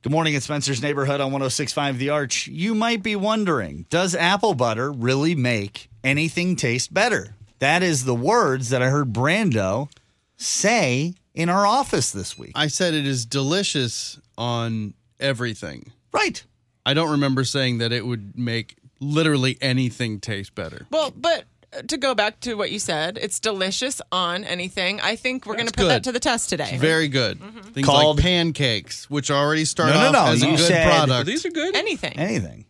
Good morning, it's Spencer's Neighborhood on 1065 The Arch. You might be wondering Does apple butter really make anything taste better? That is the words that I heard Brando say in our office this week. I said it is delicious on everything. Right. I don't remember saying that it would make literally anything taste better. Well, but uh, to go back to what you said, it's delicious on anything. I think we're going to put good. that to the test today. Very good. Mm-hmm. Things Called- like pancakes, which already start No, no, off no, as a you good said- product. These are good. anything. Anything.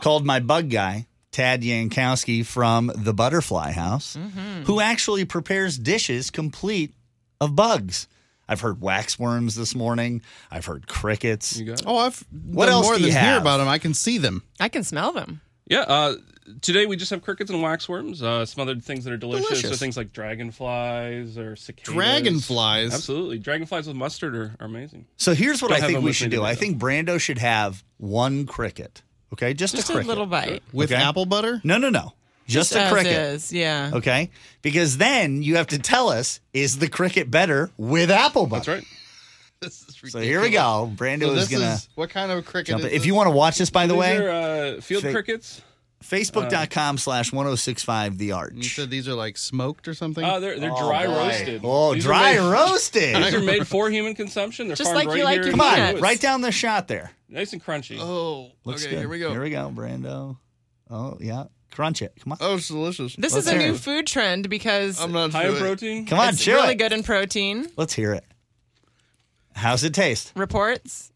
Called my bug guy, Tad Yankowski from the Butterfly House, who actually prepares dishes complete of bugs. I've heard waxworms this morning. I've heard crickets. You got it. oh, I've What done else more do you than hear have? about them. I can see them. I can smell them. Yeah. Uh, today we just have crickets and waxworms. Uh, some other things that are delicious, Delicious. So things like dragonflies or cicadas. Dragonflies? Absolutely. Dragonflies with mustard are, are amazing. So here's what Don't I have think them we with should me do. I today. think Brando should have one cricket. Okay, just, Just a a cricket. little bite. With Okay. apple butter? No, no, no. Just, a As cricket. is, yeah. Okay, because then you have to tell us is the cricket better with apple butter? That's right. This is So here we go. Brando So is this gonna is what kind of cricket jump is it. If this? you want to watch this, by the These way, are uh, field Fake- crickets. facebook.com slash 1065 the You arch. said these are like smoked or something? Oh, Uh, they're they're dry boy. roasted. Oh, These are dry made- These are roasted. made for human consumption. They're Just farmed like right you like here your in Come on, Peanuts. write down the shot there. Nice and crunchy. oh, Looks okay, good. here we go. Here we go, Brando. Oh, yeah. Crunch it. Come on. Oh, it's delicious. This Let's is a hear new it. food trend because I'm not High sure. in protein. Come on, it's chew really it. good in protein. Let's hear it. How's it taste? Reports.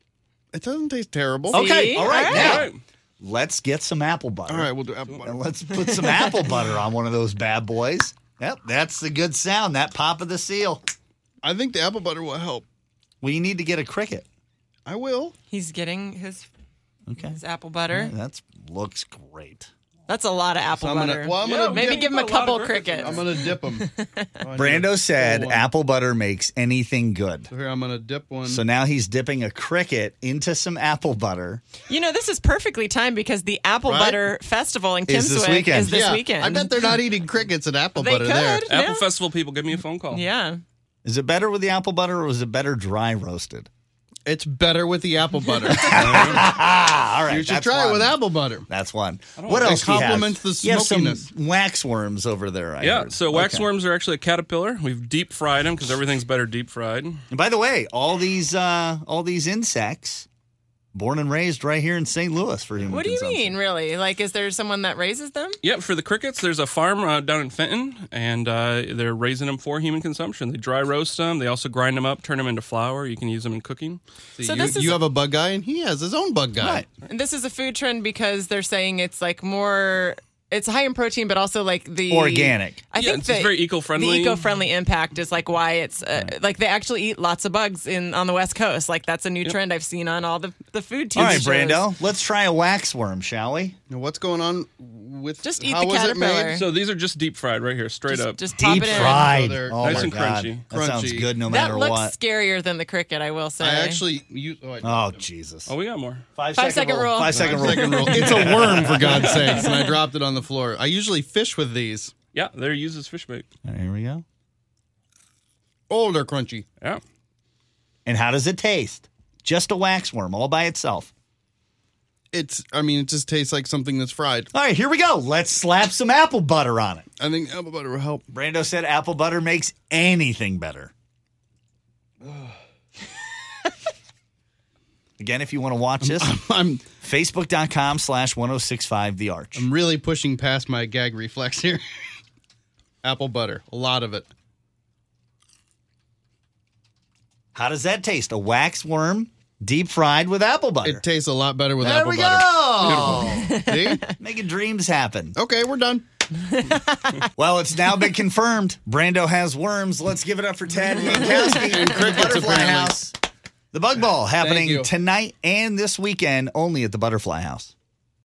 It doesn't taste terrible. See? Okay, all right, All now All right. let's get some apple butter. All right, we'll do apple butter. And let's put some apple butter on one of those bad boys. Yep, that's the good sound, that pop of the seal. I think the apple butter will help. We need to get a cricket. I will. He's getting his Okay. his apple butter. That looks great. That's a lot of apple I'm butter. gonna, well, I'm Yeah, gonna we Maybe dip, give him a got lot of couple crickets in crickets. I'm gonna dip them. Brando said apple butter makes anything good. Here, I'm gonna dip one. So now he's dipping a cricket into some apple butter. You know, this is perfectly timed because the apple Right? butter festival in Kimswick Is this weekend. is this yeah, weekend. I bet they're not eating crickets and apple They butter there. could. Apple Yeah. Festival people, give me a phone call. yeah. Is it better with the apple butter or is it better dry roasted? It's better with the apple butter. Ah, all right. you should that's try it one. with apple butter. That's one. What It else? do you have? complements the You have some smokiness. waxworms over there. I Yeah, heard. so Okay. waxworms are actually a caterpillar. We've deep fried them because everything's better deep fried. And by the way, all these uh, all these insects, born and raised right here in St. Louis for human What do you consumption. mean, really? Like, is there someone that raises them? Yep, for the crickets, there's a farm uh, down in Fenton, and uh, they're raising them for human consumption. They dry roast them. They also grind them up, turn them into flour. You can use them in cooking. See, So you, this is- you have a bug guy, and he has his own bug guy. Right. And this is a food trend because they're saying it's like more. It's high in protein, but also like the Organic. I Yeah, think it's the- very eco-friendly. The eco-friendly impact is like why it's uh, like they actually eat lots of bugs in on the West Coast. Like that's a new trend I've seen on all the the food. TV All right, shows. Brando, let's try a waxworm, shall we? Now, what's going on with Just eat how the was it caterpillar. made? So these are just deep fried right here, straight Just, up. just pop Deep it in. fried. So they're Oh nice my and God. crunchy. That sounds Crunchy. good no That matter looks what. scarier than the cricket, I will say. I actually you. Oh, I Oh Jesus. Oh, we got more. Five Five second rule. Five second rule. Second rule. It's a worm, for God's sakes, and I dropped it on the floor. I usually fish with these. Yeah, they're used as fish bait. All right, Here we go. Oh, they're crunchy. Yeah. And how does it taste? Just a waxworm all by itself. It's. I mean, it just tastes like something that's fried. All right, here we go. Let's slap some apple butter on it. I think apple butter will help. Brando said apple butter makes anything better. Again, if you want to watch Um, this, I'm facebook.com slash 1065 The Arch. I'm really pushing past my gag reflex here. apple butter, a lot of it. How does that taste? A wax worm deep fried with apple butter. It tastes a lot better with there apple we butter. go. See? Making dreams happen. Okay, we're done. Well, it's now been confirmed. Brando has worms. Let's give it up for Tad Yankowski and Crickets Butterfly apparently. House. The Bug Ball happening you. tonight and this weekend only at the Butterfly House.